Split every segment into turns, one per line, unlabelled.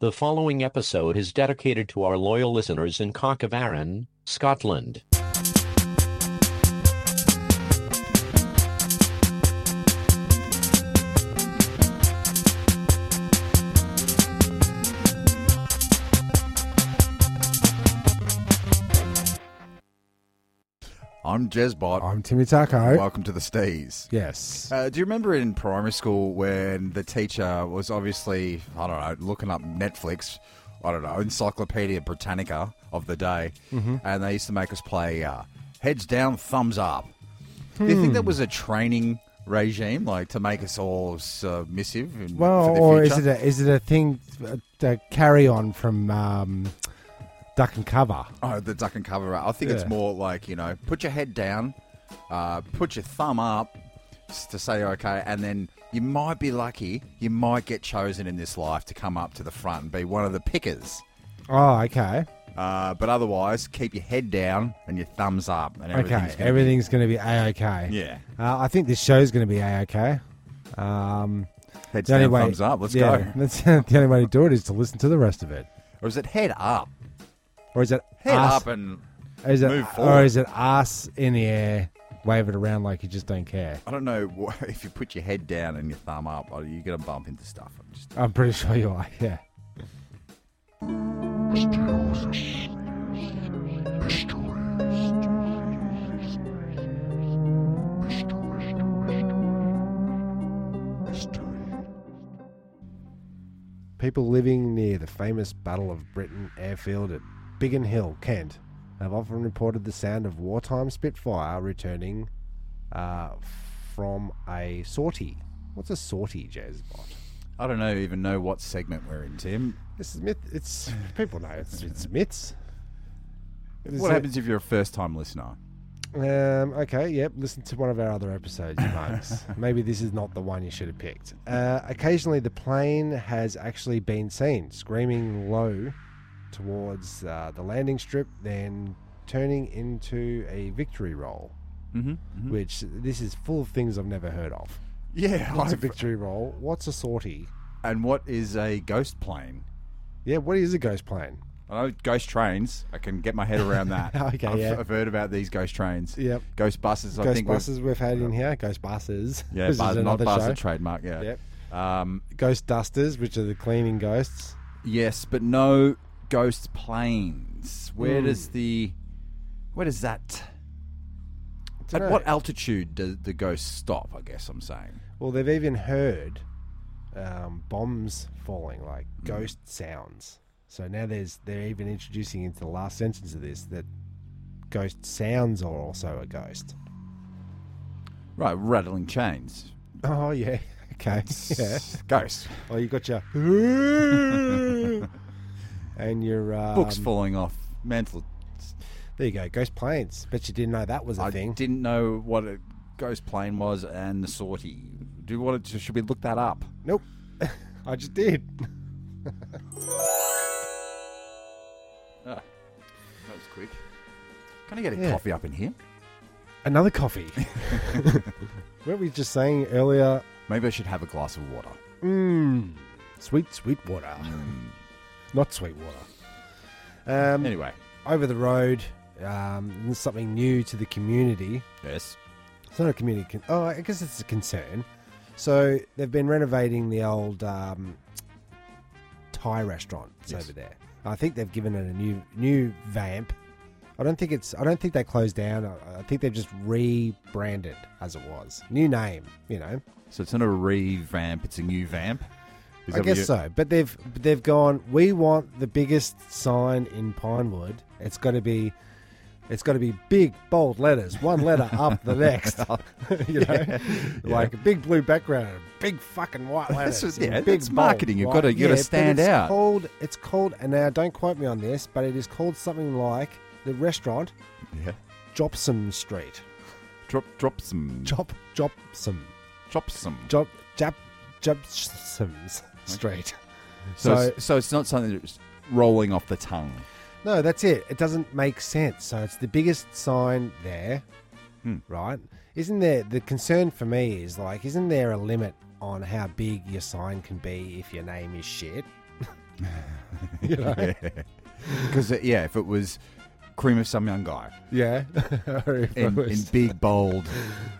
The following episode is dedicated to our loyal listeners in Cockavarin, Scotland.
I'm Jezbot.
I'm Timmy Taco.
Welcome to the Stees.
yes.
Uh, do you remember in primary school when the teacher was obviously, I don't know, looking up Netflix, I don't know, Encyclopedia Britannica of the day,
Mm-hmm.
and they used to make us play uh, Heads Down, Thumbs Up? Do
Hmm.
you think that was a training regime, like to make us all submissive? In,
well,
for the
or is
future?
it a, is it a thing uh, to carry on from um, duck and cover?
Oh, the duck and cover. I think it's
Yeah.
more like you know, put your head down, uh, put your thumb up s- to say okay, and then you might be lucky. You might get chosen in this life to come up to the front and be one of the pickers.
Oh, okay,
Uh, but otherwise, keep your head down and your thumbs up, and everything's
okay.
gonna
Everything's going to be a okay.
Be, yeah,
Uh, I think this show's going to be a okay. Um,
heads
the only
down,
way,
thumbs up. Let's
yeah,
go.
That's, the only way to do it is to listen to the rest of it,
Or is it head up?
or is it
Head
us?
up and
is it
move
or
forward.
is it us in the air? Wave it around like you just don't care.
I don't know wh- if you put your head down and your thumb up, oh, you're gonna bump into stuff. I'm just
I'm pretty sure you are. Yeah. People living near the famous Battle of Britain airfield at Biggin Hill, Kent, have often reported the sound of wartime Spitfire returning uh, from a sortie. What's a sortie, Jezbot?
I don't know even know what segment we're in, Tim.
This is myth. It's people know it's, it's myths. Is
What
it-
happens if you're a first time listener?
Um, okay, yep. Listen to one of our other episodes, you mugs. Maybe this is not the one you should have picked. Uh, occasionally, the plane has actually been seen screaming low towards uh, the landing strip, then turning into a victory roll.
Mm-hmm.
Which this is full of things I've never heard of.
Yeah.
What's a
I've-
victory roll? What's a sortie?
and what is a ghost plane?
Yeah, what is a ghost plane?
I know ghost trains. I can get my head around that.
Okay,
I've,
yeah.
I've heard about these ghost trains.
Yep.
Ghost buses. I
Ghost
think we've-
buses we've had in here. Ghost buses.
Yeah,
this
bus,
is
not
another
bus a
show.
trademark. Yeah.
Yep.
Um,
Ghost dusters, which are the cleaning ghosts.
yes, but no ghost planes. Where
Hmm.
does the where does that? At
Dunno.
what altitude does the ghost stop? I guess I'm saying.
Well, they've even heard um, bombs falling, like ghost sounds. So now there's they're even introducing into the last sentence of this that ghost sounds are also a ghost.
Right, rattling chains.
Oh yeah, okay, yeah.
Ghosts.
Oh, you got your and your um,
Books falling off. Mantle
There you go, ghost planes. Bet you didn't know that was a
I
thing.
didn't know what a ghost plane was and the sortie. Do you want to, should we look that up?
Nope, I just did. Ah,
That was quick. Can I get a
Yeah.
coffee up in here?
Another coffee. Weren't we just saying earlier?
Maybe I should have a glass of water.
Mmm, sweet, sweet water. Not sweet water. Um,
Anyway,
Over the road, um, and something new to the community.
yes.
It's not a community. Con- oh, I guess it's a concern. So they've been renovating the old um, Thai restaurant it's
Yes.
over there. I think they've given it a new new vamp. I don't think it's. I don't think they closed down. I, I think they've just rebranded as it was. New name, you know.
So it's not a revamp, it's a new vamp. Is that
I
what
guess
you-
so. But they've they've gone. We want the biggest sign in Pinewood. It's got to be, it's got to be big bold letters, one letter up the next.
Oh,
you know, like a big blue background, and big fucking white letters.
That's-
and
yeah,
big
that's marketing. You've gotta-
white-
you gotta
but
stand
it's
out.
Called, it's called, and now don't quote me on this, but it is called something like the restaurant
Yeah.
Jopson Street.
Drop, drop some.
Jop Jopson.
Drop some.
Jop Jap Jopson's Street.
So, it's, so it's not something that's rolling off the tongue.
No, that's it. It doesn't make sense. So it's the biggest sign there,
Hmm.
right? Isn't there the concern for me is like, isn't there a limit on how big your sign can be if your name is shit? you know?
Because, uh, yeah, if it was cream of some young guy
Yeah. Or if it
in, in
was-
big, bold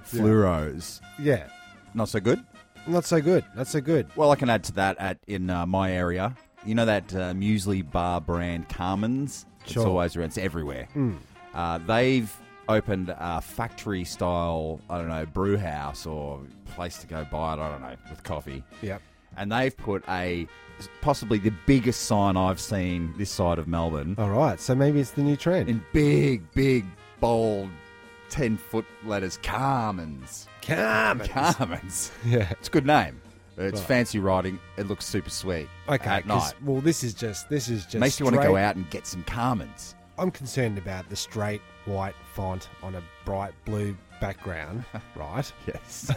fluoros,
yeah.
not so good.
Not so good. Not so good.
Well, I can add to that at in uh, my area. You know that uh, muesli bar brand Carmen's?
Sure.
It's always around. It's everywhere. Uh, they've opened a factory style, I don't know, brew house or place to go buy it, I don't know, with coffee.
Yep.
And they've put a possibly the biggest sign I've seen this side of Melbourne
All right. So maybe it's the new trend.
in big, big, bold, 10 foot letters Carmen's.
Come.
Carmen's.
Yeah.
It's a good name. It's
Right.
fancy writing. It looks super sweet.
Okay.
At
'cause-
night.
Well, this is just this is just
Makes you want to go
straight-
out and get some Carmen's.
I'm concerned about the straight white font on a bright blue background, right?
Yes.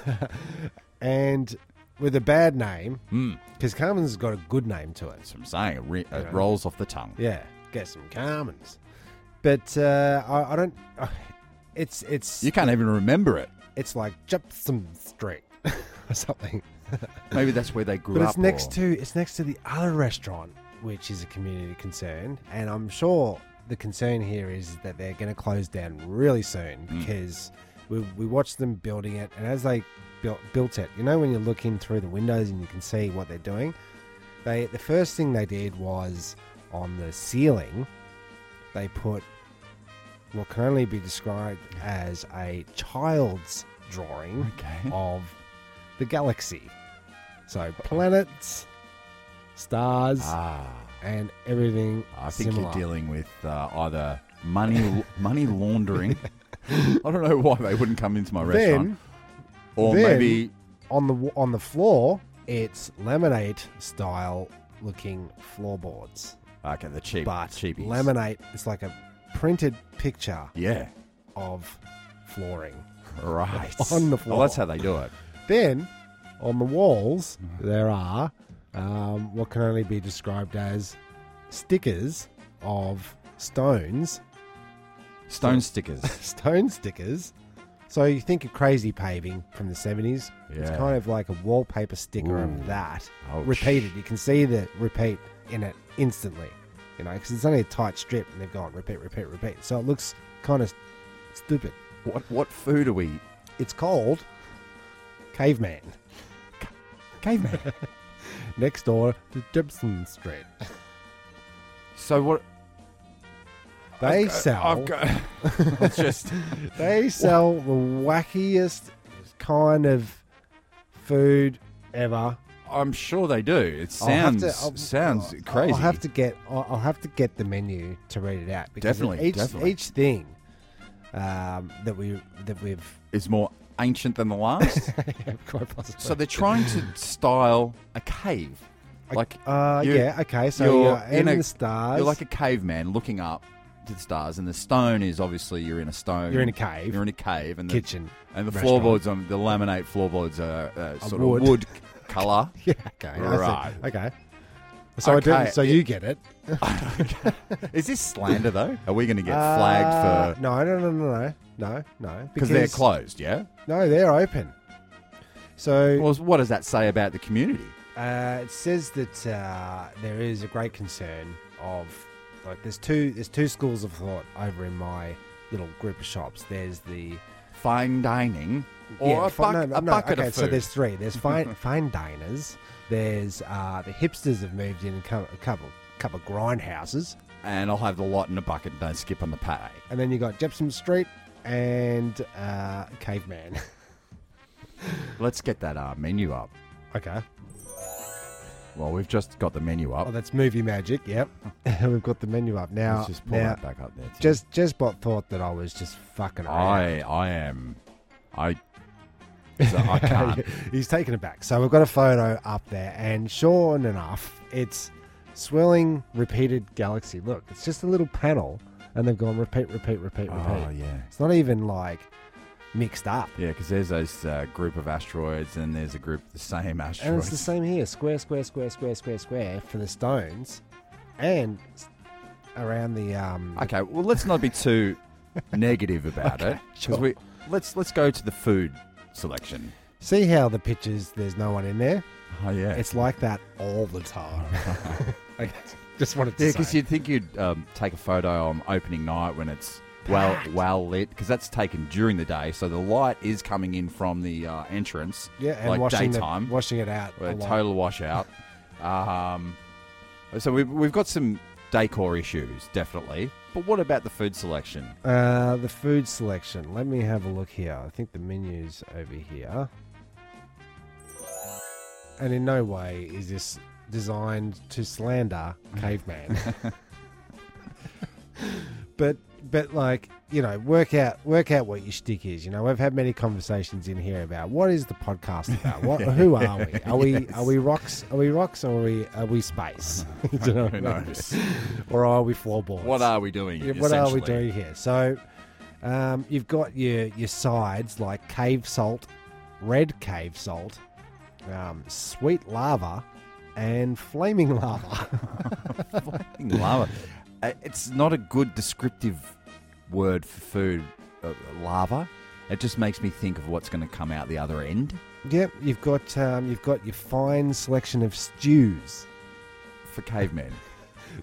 And with a bad name,
Hmm.
because Carmen's got a good name to it.
That's what I'm saying. It, re-
Yeah.
it rolls off the tongue.
Yeah, get some Carmen's. But uh, I, I don't. it's it's
You can't even remember it.
it's like Jepson Street or something.
Maybe that's where they grew
But
up.
it's next
or-
to it's next to the other restaurant, which is a community concern, and I'm sure the concern here is that they're going to close down really soon
Hmm.
because we, we watched them building it, and as they built built it, you know when you look in through the windows and you can see what they're doing, they the first thing they did was on the ceiling, they put what can only be described as a child's drawing
Okay.
of the galaxy. So planets, stars,
Ah,
and everything
I think
similar.
you're dealing with uh, either money money laundering. I don't know why they wouldn't come into my restaurant.
Then
Or
then-
maybe
on the on the floor, it's lemonade style looking floorboards,
okay, the cheap,
but
cheapies.
lemonade is like a printed picture
Yeah,
of flooring.
right.
On the
Well,
floor.
that's how they do it.
Then on the walls,
Mm-hmm.
there are um, what can only be described as stickers of stones
Stone stickers.
stone stickers. So you think of crazy paving from the 70s. It's
Yeah.
kind of like a wallpaper sticker
Ooh.
of that.
Ouch.
Repeated. You can see the repeat in it instantly. You know, because it's only a tight strip and they've gone repeat, repeat, repeat. So it looks kind of stupid.
What what food are we?
It's called Caveman.
Caveman.
Next door to Jepson Street.
so what?
They
I've got-
sell.
I've got, it's just
They sell the wackiest kind of food ever.
I'm sure they do. It
I'll have
sounds
to- I'll-
sounds
I'll-
crazy.
I'll have to get I'll, I'll have to get the menu to read it out. Because
Definitely,
each,
definitely.
each thing um, that we that we've
It's more ancient than the last.
quite possibly.
so they're trying to style a cave, like
uh,
you-
yeah, okay. So
you're
you're,
in
in,
a-
the stars.
you're like a caveman looking up to the stars, and the stone is obviously you're in a stone.
You're in a cave.
You're in a cave, and the,
kitchen.
and the
restaurant.
floorboards on the laminate floorboards are uh, sort
wood.
of wood color.
Yeah, okay. that's it.
Right.
Okay. So I
Okay,
do, So you get it.
Is this slander though? Are we going to get
Uh,
flagged for
no, no, no, no, no, no, no.
because they're closed? Yeah.
No, they're open. So
Well, what does that say about the community?
Uh, it says that uh, there is a great concern of like there's two there's two schools of thought over in my little group of shops. There's the
Fine dining or Oh, a,
fi-
buck-
no,
a
no,
bucket
okay,
of food.
so there's three. There's fine fine diners. There's uh, the hipsters have moved in a couple a couple, couple grindhouses,
and I'll have the lot in a bucket and don't skip on the pay.
and then you got Jepson Street and uh, Caveman.
Let's get that uh, menu up.
okay.
Well, we've just got the menu
Oh,
up.
that's movie magic. Yep. We've got the menu up now.
Let's just pull
now,
that back up there. Tim.
Just just bot thought that I was just fucking around.
I, I am, I, so I can't.
He's taken it back. So we've got a photo up there, and sure enough, it's swirling repeated galaxy. Look, it's just a little panel, and they've gone repeat, repeat, repeat, repeat.
oh yeah,
It's not even like mixed up.
yeah. Because there's those uh, group of asteroids, and there's a group of the same
And it's
asteroids.
the same here square, square, square, square, square, square for the stones, and s- around the. um
okay, well, let's not be too negative about it. 'cause
sure.
we let's let's go to the food selection.
See how the pictures, there's no one in there?
Oh yeah,
It's like that all the time. Okay. Just wanted to
Yeah,
say.
because you'd think you'd um, take a photo on opening night when it's well well lit, because that's taken during the day, so the light is coming in from the uh, entrance.
yeah, and
like
washing the-
daytime.
washing it out.
a
a lot.
total washout. um, so we've, we've got some decor issues, definitely. But what about the food selection?
Uh, the food selection. Let me have a look here. I think the menu's over here. And in no way is this designed to slander
Mm.
caveman. but but like, you know, work out work out what your shtick is. You know, we've had many conversations in here about what is the podcast about? What who are we? Are we are we rocks are we rocks or are we are we space? Do you know what I
Uh-huh. Who
mean?
knows?
Or are we floorboards?
what are we doing?
Yeah, what are we
essentially?
doing here? So, um, you've got your your sides like cave salt, red cave salt, um, sweet lava, and flaming lava.
lava. Uh, It's not a good descriptive word for food, uh, lava. It just makes me think of what's going to come out the other end.
yep, you've got um, you've got your fine selection of stews.
For cavemen,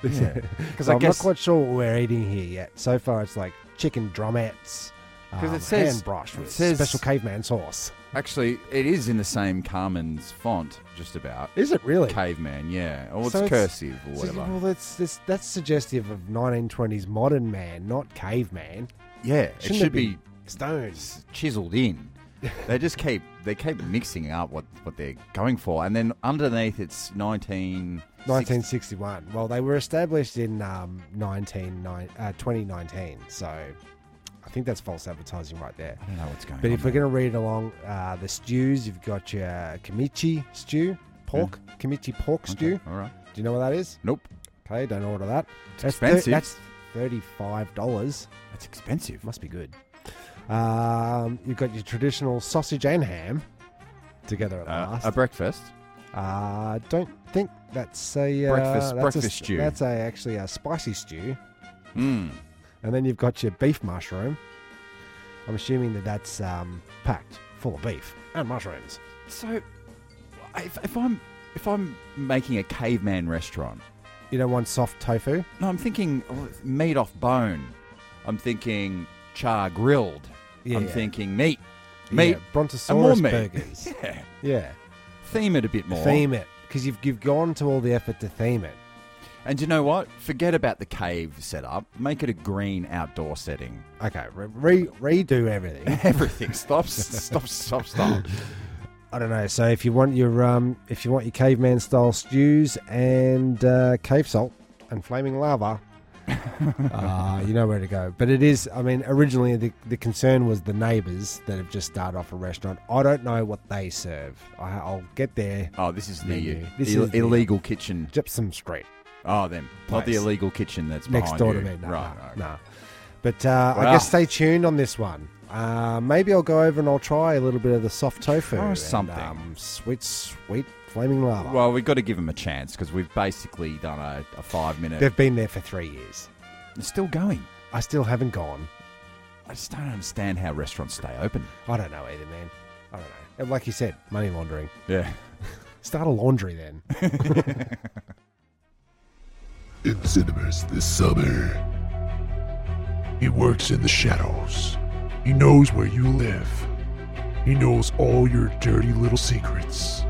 Because
I
I'm
guess-
not quite sure what we're eating here yet. So far, it's like chicken drumettes.
'Cause
um,
it says-
hand brush with
it says-
special caveman sauce.
actually, it is in the same Carmen's font, just about
Is it really?
caveman. Yeah, or it's
So it's-
cursive or
So,
whatever.
well, that's, that's that's suggestive of 1920s modern man, not caveman.
yeah, it
shouldn't
should
it be-
be
Stones.
s- chiseled in. They just keep they keep mixing up what, what they're going for, and then underneath it's nineteen.
1961. Well, they were established in um, 19, nine- uh, 2019, so I think that's false advertising right there.
I don't know what's going
But
on.
if we're going to read along uh, the stews, you've got your kimichi stew, pork,
Hmm.
kimichi pork stew.
all right.
Do you know what that is?
Nope,
Okay, don't order that. It's
expensive.
that's $35.
that's expensive.
Must be good. Um, you've got your traditional sausage and ham together at
Uh,
last.
a breakfast.
I Uh, don't think that's a uh,
Breakfast-
that's
breakfast
a,
stew.
That's a, actually a spicy stew,
Mm.
and then you've got your beef mushroom. I'm assuming that that's um, packed full of beef and mushrooms.
So, if, if I'm if I'm making a caveman restaurant,
You don't want soft tofu.
no, I'm thinking oh, meat off bone. I'm thinking char grilled.
Yeah,
I'm
yeah.
thinking meat, meat,
yeah, brontosaurus
meat.
burgers.
yeah.
yeah,
Theme it a bit more.
theme it because you've you've gone to all the effort to theme it.
And you know what? Forget about the cave setup. Make it a green outdoor setting.
Okay, re- re- redo everything.
Everything stops, stop, stop, stop.
I don't know. So if you want your um, if you want your caveman style stews and uh, cave salt and flaming lava, uh, you know where to go. But it is, I mean, originally the, the concern was the neighbours that have just started off a restaurant. I don't know what they serve. I, I'll get there.
Oh, this is the
Menu. This
ill-
is the-
illegal kitchen.
Gypsum Street
Oh, them. Not the
Place.
illegal kitchen that's
next
behind
door
you.
to me. No,
right.
no,
right.
no. But uh, I
Wow.
guess stay tuned on this one. Uh, maybe I'll go over and I'll try a little bit of the soft tofu
Try
and,
something.
um, sweet, sweet flaming lava.
Well, we've got to give them a chance because we've basically done a, a five minute.
They've been there for three years.
They're still going.
I still haven't gone.
I just don't understand how restaurants stay open.
I don't know either, man. I don't know. And Like you said, money laundering.
Yeah.
Start a laundry then.
in cinemas this summer. He works in the shadows. He knows where you live. He knows all your dirty little secrets.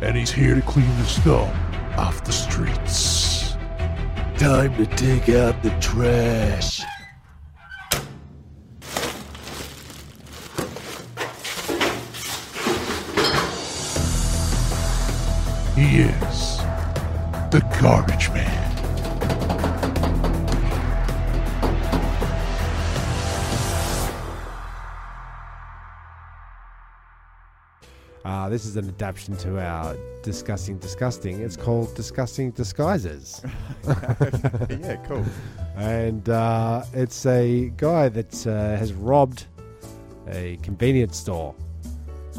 And he's here to clean the snow off the streets. Time to take out the trash. He is the garbage man.
Uh, this is an adaptation to our Disgusting Disgusting. It's called Disgusting Disguises.
yeah, cool.
and uh, it's a guy that uh, has robbed a convenience store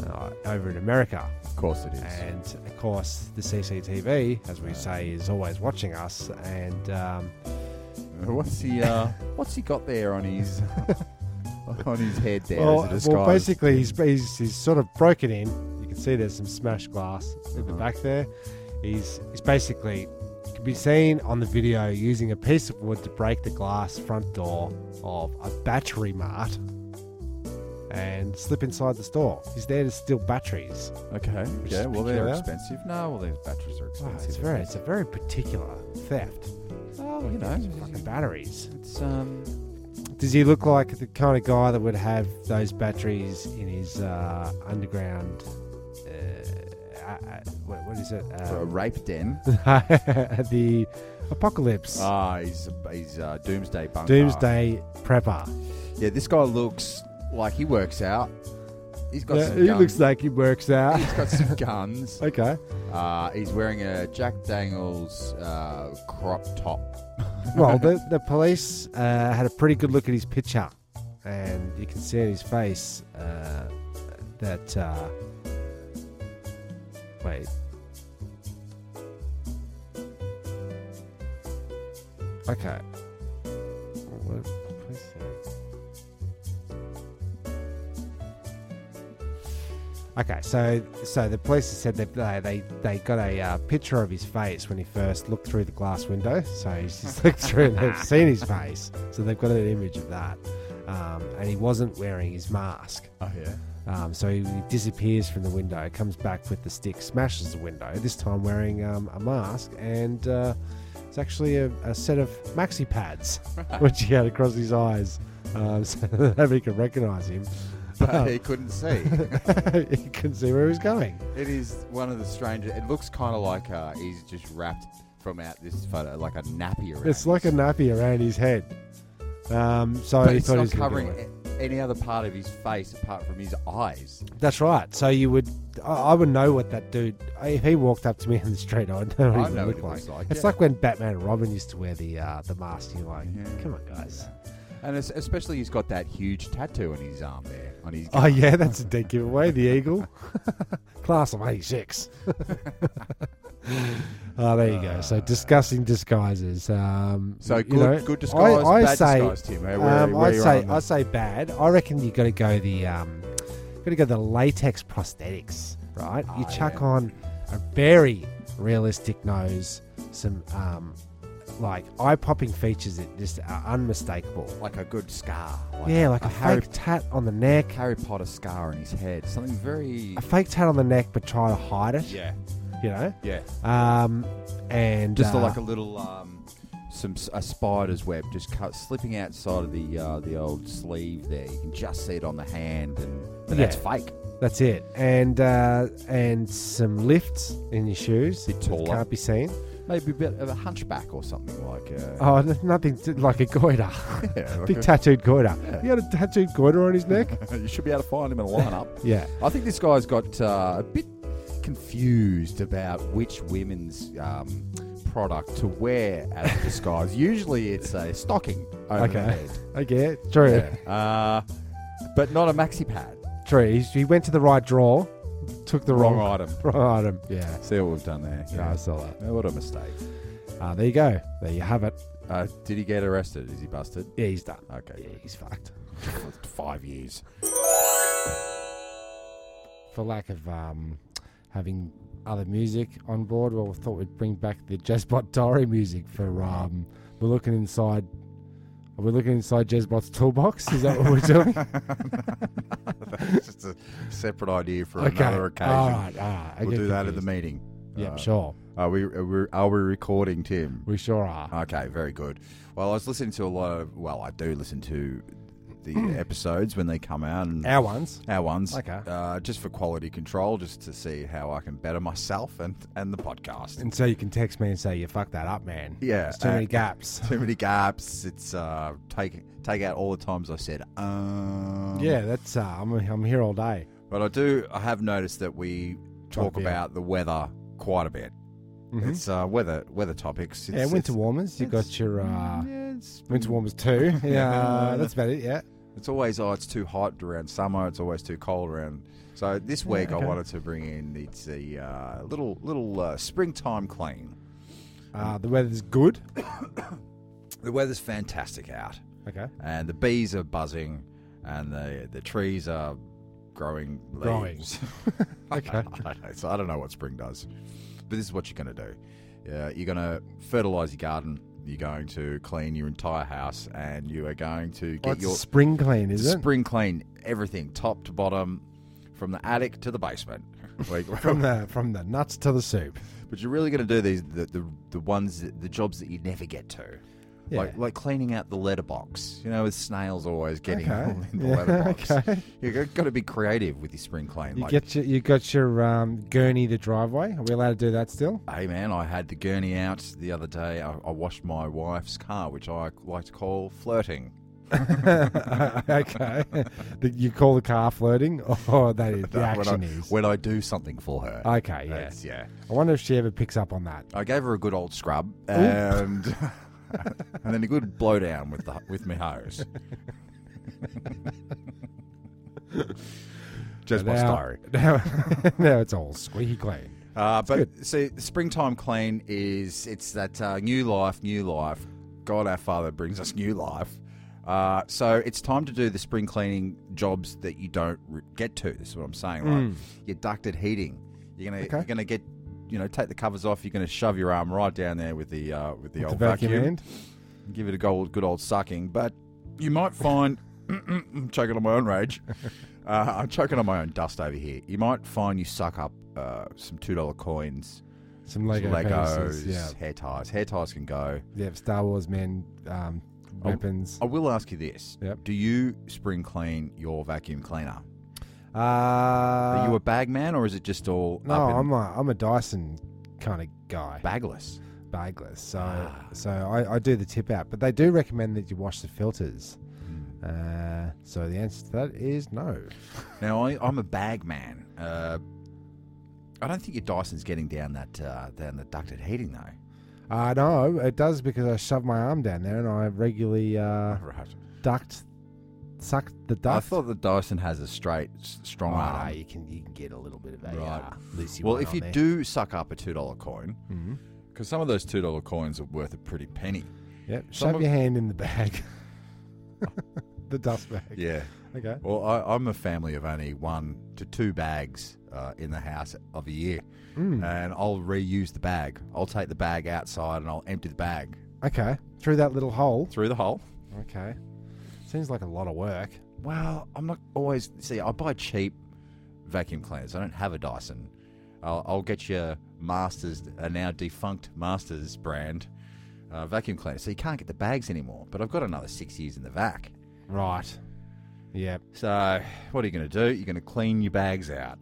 uh, over in America.
Of course it is.
And of course, the CCTV, as we say, is always watching us. And um,
What's he? Uh, what's he got there on his on his head there? as a disguise?
well, basically, he's, he's, he's sort of broken in. You can see there's some smashed glass in the back there. He's he's basically can be seen on the video using a piece of wood to break the glass front door of a battery mart and slip inside the store. He's there to steal batteries.
Ah, Okay. Yeah.
is
Well, they're
peculiar.
expensive. No. Well, their batteries are
Wow,
expensive.
Ah, it's very, it's a very particular theft.
Oh, you know.
Fucking batteries.
It's um.
Does he look like the kind of guy that would have those batteries in his uh, underground? Uh, uh, uh, what, what is it?
For a
Uh,
rape den.
the apocalypse
Ah, he's he's uh, doomsday bunker.
doomsday prepper.
Yeah, this guy looks like he works out. He's got
Yeah,
some
he
guns.
looks like he works out.
he's got some guns.
okay.
Uh, he's wearing a Jack Daniels uh, crop top.
Well, the, the police uh, had a pretty good look at his picture, and you can see in his face uh, that. Uh, wait. Okay. What did the police say? Okay, so so the police have said that uh, they they, they got a uh, picture of his face when he first looked through the glass window. So he's just looked through and they've seen his face. So they've got an image of that, um, and he wasn't wearing his mask.
Oh yeah.
Um, so he disappears from the window, comes back with the stick, smashes the window, this time wearing um, a mask, and uh, it's actually a, a set of maxi pads, which he had across his eyes um, so that nobody could recognize him.
But he couldn't see.
he couldn't see where he was going.
it is one of the strangest. It looks kind of like uh, he's just wrapped from out this photo, like a nappy around.
It's like a
his-
nappy around his head. Um, so
But
he
it's
thought he
not
was gonna
covering
do it.
a- any other part of his face apart from his eyes.
That's right. So you would, I I would know what that dude. If he walked up to me in the street, I'd know what
I
he
know
looked
what he looks
like.
like,
It's
yeah.
like when Batman and Robin used to wear the uh, the mask. And you're like,
Yeah.
come on, guys.
And it's, especially, he's got that huge tattoo on his arm there. On his.
Oh yeah, that's a dead giveaway. The eagle, class of '86. oh, there you go. So discussing disguises. Um,
So
you
good-
know,
good disguise, bad disguise, Tim. eh? Where- where-
um,
where
I
you're
say,
on the-
I say bad. I reckon you got to go the, um, got to go the latex prosthetics, right? you
Ah,
chuck
yeah.
on a very realistic nose, some um, like eye-popping features that just are unmistakable.
like a good scar. Like
yeah, like a,
Harry,
fake tat on the neck.
Harry Potter scar on his head. Something very.
a fake tat on the neck but try to hide it,
Yeah,
you know?
yeah.
Um, and
Just
uh,
like a little um, some s- a spider's web just cut slipping outside of the uh, the old sleeve there. You can just see it on the hand, and but that's
Yeah.
fake.
that's it, and uh, and some lifts in your shoes.
Bit
that
taller.
can't be seen.
Maybe a bit of a hunchback or something like. Uh,
Oh, n- nothing to, like a goiter,
yeah, like
big
a-
tattooed goiter. He had a tattooed goiter on his neck.
you should be able to find him in a lineup.
yeah,
I think this guy's got uh, a bit confused about which women's um, product to wear as a disguise. Usually, it's a stocking over the
Okay.
head.
okay, true,
Uh, but not a maxi pad.
true. He, he went to the right drawer, took the wrong,
item.
wrong item. Yeah,
See what we've done there.
yeah, I saw that.
Yeah, What a mistake.
Uh, there you go. There you have it.
Uh, did he get arrested? Is he busted?
Yeah, he's done.
Okay.
Yeah, he's fucked.
good. Five years.
for lack of um, having other music on board, well, we thought we'd bring back the Jazzbot Diary music for. Um, we're looking inside. Are we looking inside Jazzbot's toolbox? Is that what we're doing?
That's just a separate idea for another occasion.
All right. All right. I
We'll
get
do that at the
confused.
meeting.
Yep.
Uh,
sure.
Are we, are we are we recording, Tim?
We sure are.
Okay, very good. Well, I was listening to a lot of. Well, I do listen to the episodes when they come out and
Our ones.
our ones,
Okay.
uh, just for quality control, just to see how I can better myself and and the podcast.
And so you can text me and say you fucked that up, man.
Yeah,
There's too
uh,
many gaps.
Too many gaps. It's uh, take take out all the times I said um.
yeah, that's. Uh, I'm I'm here all day.
but I do. I have noticed that we talk
Talk, yeah.
about the weather quite a bit.
Mhm.
It's uh, weather weather topics. It's,
yeah, winter
it's-
warmers. You
it's-
got your uh,
yeah, it's,
winter warmers too. Yeah,
Yeah.
that's about it. Yeah.
it's always oh, it's too hot around summer. It's always too cold around. So this week I
okay.
wanted to bring in it's a uh, little little uh, springtime clean.
Uh, the weather's good.
The weather's fantastic out.
Okay.
and the bees are buzzing, and the the trees are growing
Growing.
leaves.
Okay.
I don't know, so I don't know what spring does, but this is what you're going to do. Uh, you're going to fertilize your garden. You're going to clean your entire house, and you are going to
Oh,
get
it's
your
spring clean, is it?
spring clean everything, top to bottom, from the attic to the basement. Like,
From the from the nuts to the soup.
but you're really going to do these the, the the ones that, the jobs that you never get to.
Yeah.
Like, like cleaning out the letterbox, you know, with snails always getting
Okay.
in the
Yeah,
letterbox.
okay.
You've got to be creative with your spring clean.
You
like,
get your, you got your um, gurney the driveway. Are we allowed to do that still?
Hey man, I had the gurney out the other day. I, I washed my wife's car, which I like to call flirting.
okay. The- you call the car flirting, or that is the
That- when,
action
I,
is.
when I do something for her.
Okay, yeah.
That's- yeah.
I wonder if she ever picks up on that.
I gave her a good old scrub and and then a good blowdown with the with my hose. Just my
Now-
story.
Now, now it's all squeaky clean.
Uh, but see, springtime clean is it's that uh, new life, new life. God, our Father brings us new life. Uh, so it's time to do the spring cleaning jobs that you don't re- get to. This is what I'm saying. Like your ducted heating, you're gonna
Okay.
you're gonna get you know take the covers off. You're gonna shove your arm right down there with the uh, with the
The
old
vacuum
vacuum
end.
give it a go- good old sucking. But you might find I'm choking on my own rage. Uh, I'm choking on my own dust over here. You might find you suck up uh, some two dollar coins,
Some Lego
Legos,
pieces. Yeah.
hair ties. Hair ties can go.
Yeah. Star Wars men, um,
Oh.
weapons.
I will ask you this:
Yep.
Do you spring clean your vacuum cleaner?
Uh,
Are you a bag man, or is it just all
no,
up and
I'm a I'm a Dyson kind of guy,
bagless?
bagless. So
Ah.
so I, I do the tip out, but they do recommend that you wash the filters. Uh, so the answer to that is no.
Now I, I'm a bag man. Uh, I don't think your Dyson's getting down that uh, down the ducted heating though.
Uh, no, it does because I shove my arm down there and I regularly uh,
right.
duct, suck the
I
duct.
thought the Dyson has a straight, s- strong
Ah,
arm.
you can you can get a little bit of a
Right.
uh, loosey
Well,
one
if
on
you
there.
do suck up a two dollar coin,
Mhm.
because some of those two dollar coins are worth a pretty penny.
yep,
some
shove
of-
your hand in the bag, the dust bag.
Yeah.
Okay.
Well, I, I'm a family of only one to two bags uh, in the house of a year,
Hmm. Mm.
and I'll reuse the bag. I'll take the bag outside and I'll empty the bag
Okay. Through that little hole.
through the hole.
Okay. Seems like a lot of work.
Well, I'm not always. See, I buy cheap vacuum cleaners. I don't have a Dyson. I'll, I'll get your Masters, a now defunct Masters brand uh, vacuum cleaner. So you can't get the bags anymore. But I've got another six years in the vac.
Right. Yep.
So what are you going to do? You're going to clean your bags out.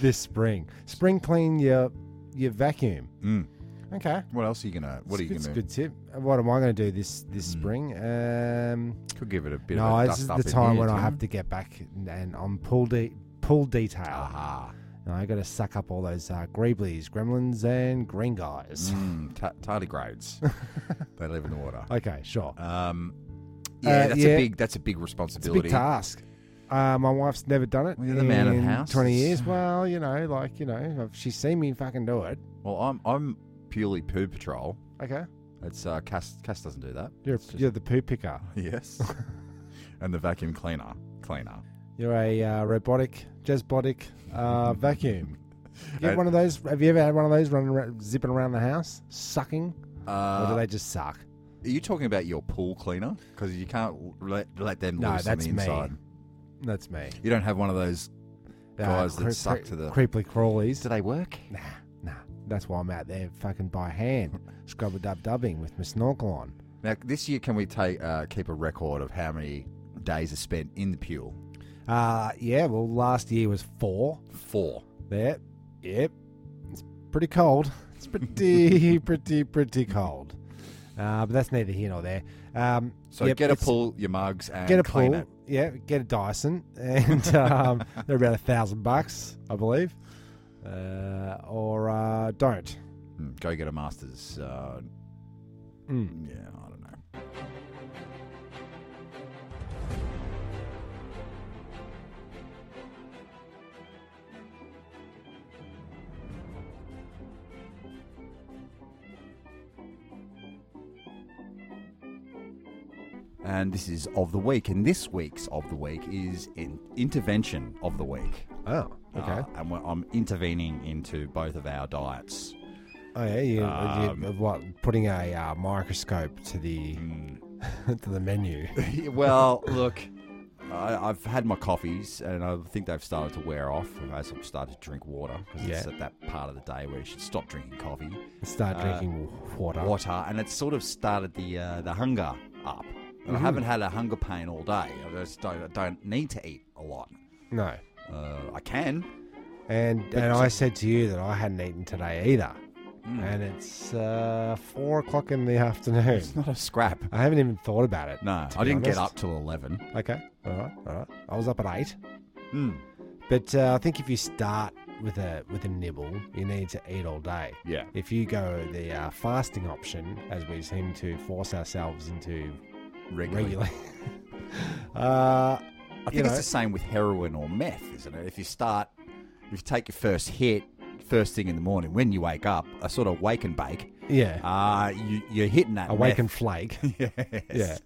this spring, spring clean your your vacuum.
Mm.
Okay.
What else are you going to? What are you going
It's
to?
a good tip. What am I going to do this this spring? Um,
Could give it a bit
no,
of a
this
dust
is
up
the
in
time
here,
when
do
I
you?
have to get back and- and I'm pull de- pull detail.
Aha.
And I got to suck up all those uh, greeblies, gremlins, and green guys.
Mm, ta- tardigrades. they live in the water.
Okay, sure.
Um,
Uh,
yeah, that's
yeah.
a big. That's a big
It's a
responsibility.
big task. Uh, my wife's never done it.
Well, you're the man of the
in
house.
Twenty years. Well, you know, like you know, if she's seen me fucking do it.
Well, I'm I'm purely poo patrol.
Okay,
It's uh, Cass. Cass doesn't do that.
you're
It's just-
you're the poo picker.
yes. and the vacuum cleaner, cleaner.
You're a uh, robotic, jesbotic uh, vacuum. You
Uh,
have one of those. Have you ever had one of those running around, zipping around the house, sucking, or
Uh,
do they just suck?
are you talking about your pool cleaner? Because you can't l- let, let them
No,
loose
that's
on
me.
the inside.
That's me.
You don't have one of those. Guys that
cre-
suck
cre-
to the-
creeply crawlies.
they work?
Nah, nah. That's why I'm out there fucking by hand, scrub a dub dubbing with my snorkel on.
Now this year, can we take uh, keep a record of how many days are spent in the pool?
Uh, yeah. Well, last year was four.
Four.
There. Yep. It's pretty cold. It's pretty, pretty, pretty cold. Uh, but that's neither here nor there. Um,
So
yep,
get a
it's-
pool, your mugs, and
get a
clean
pool.
it.
Yeah, get a Dyson, and um, they're about a thousand bucks, I believe. Uh, or uh, don't.
Mm, Go get a master's. Uh,
Mm.
yeah, I don't know. And this is of the week, and this week's of the week is in intervention of the week.
Oh, Okay.
and we're, I'm intervening into both of our diets.
Oh yeah, you,
Um,
you what? Putting a uh, microscope to the
Mm.
to the menu.
Yeah, well, look, I, I've had my coffees, and I think they've started to wear off as I've started to drink water because it's
Yeah.
at that part of the day where you should stop drinking coffee,
Start
Uh,
drinking water.
water, and it's sort of started the uh, the hunger up.
Mm-hmm.
And I haven't had a hunger pain all day. I just don't, I don't need to eat a lot.
No.
Uh, I can.
And
But
and
so-
I said to you that I hadn't eaten today either,
Mm.
and it's uh, four o'clock in the afternoon.
It's not a scrap.
I haven't even thought about it.
No,
to
I
be
didn't get
honest.
up till eleven.
Okay, all right, all right. I was up at eight,
Mm.
but uh, I think if you start with a with a nibble, you need to eat all day.
Yeah.
If you go the uh, fasting option, as we seem to force ourselves into
Regularly.
regularly, uh,
I
you
think it's
know.
the same with heroin or meth, isn't it? If you start, if you take your first hit first thing in the morning when you wake up, a sort of wake and bake,
yeah,
uh, you, you're hitting that.
awake
meth.
and flake,
yes.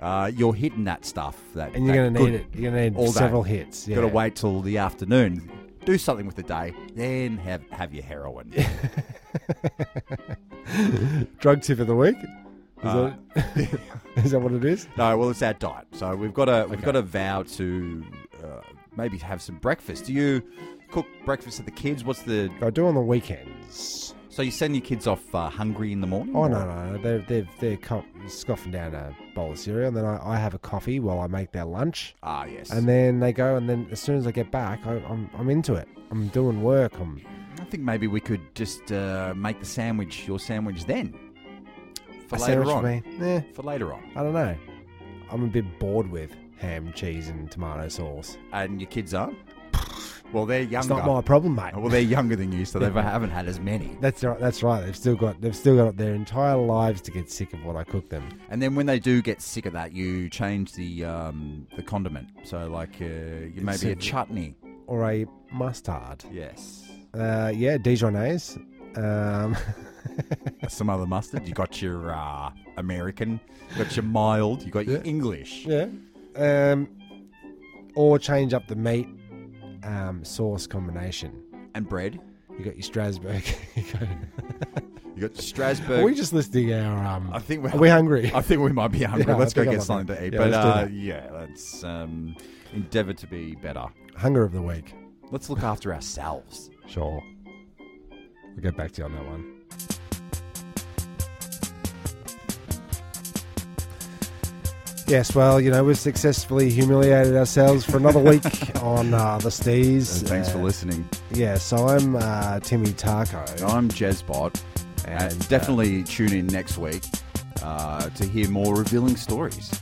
Uh, you're hitting that stuff. That
and you're
that
going to
good-
need it. You're going to
all
need
day.
several hits. Yeah.
Got to wait till the afternoon. Do something with the day, then have have your heroin.
Drug tip of the week. Is,
Uh,
that, is that what it is?
No, well, it's our diet, so we've got to we've got to vow to uh, maybe have some breakfast. Do you cook breakfast for the kids? What's the
I do on the weekends.
so you send your kids off uh, hungry in the morning?
Oh
or-
no, no, no. they're they're they're co- scoffing down a bowl of cereal, and then I, I have a coffee while I make their lunch,
Ah, yes.
and then they go, and then as soon as I get back, I, I'm I'm into it. I'm doing work. I'm
I think maybe we could just uh, make the sandwich your sandwich then for
a
later
sandwich
on.
for me. Eh,
For later on,
I don't know. I'm a bit bored with ham, cheese, and tomato sauce.
and your kids aren't. Well, they're younger. Oh,
It's not my problem, mate.
Well, they're younger than you, so they haven't had as many.
That's right. That's right. They've still got they've still got their entire lives to get sick of what I cook them.
And then when they do get sick of that, you change the um, the condiment. So like uh, you
It's
maybe a
a-
chutney.
or a mustard.
Yes.
Uh, yeah, Dijonnaise. Um,
Some other mustard. You got your uh, American. You got your mild. You got your English.
yeah. Um, or change up the meat um, sauce combination.
And bread.
You got your Strasbourg. You got-
You got
Are
Strasbourg.
we just listing our? Um,
I think
are we hungry?
I think we might be hungry.
Yeah, I
let's go
think I'm
get something
hungry.
to eat.
Yeah,
but
let's do
uh,
that.
yeah, let's um, endeavour to be better.
Hunger of the week.
Let's look after ourselves.
Sure. We'll get back to you on that one. Yes, well, you know, we've successfully humiliated ourselves for another week on uh, the Stees.
thanks for
Uh,
listening.
Yeah, so I'm uh, Timmy Tarko.
I'm Jezbot. And
And, uh,
definitely tune in next week uh, to hear more revealing stories.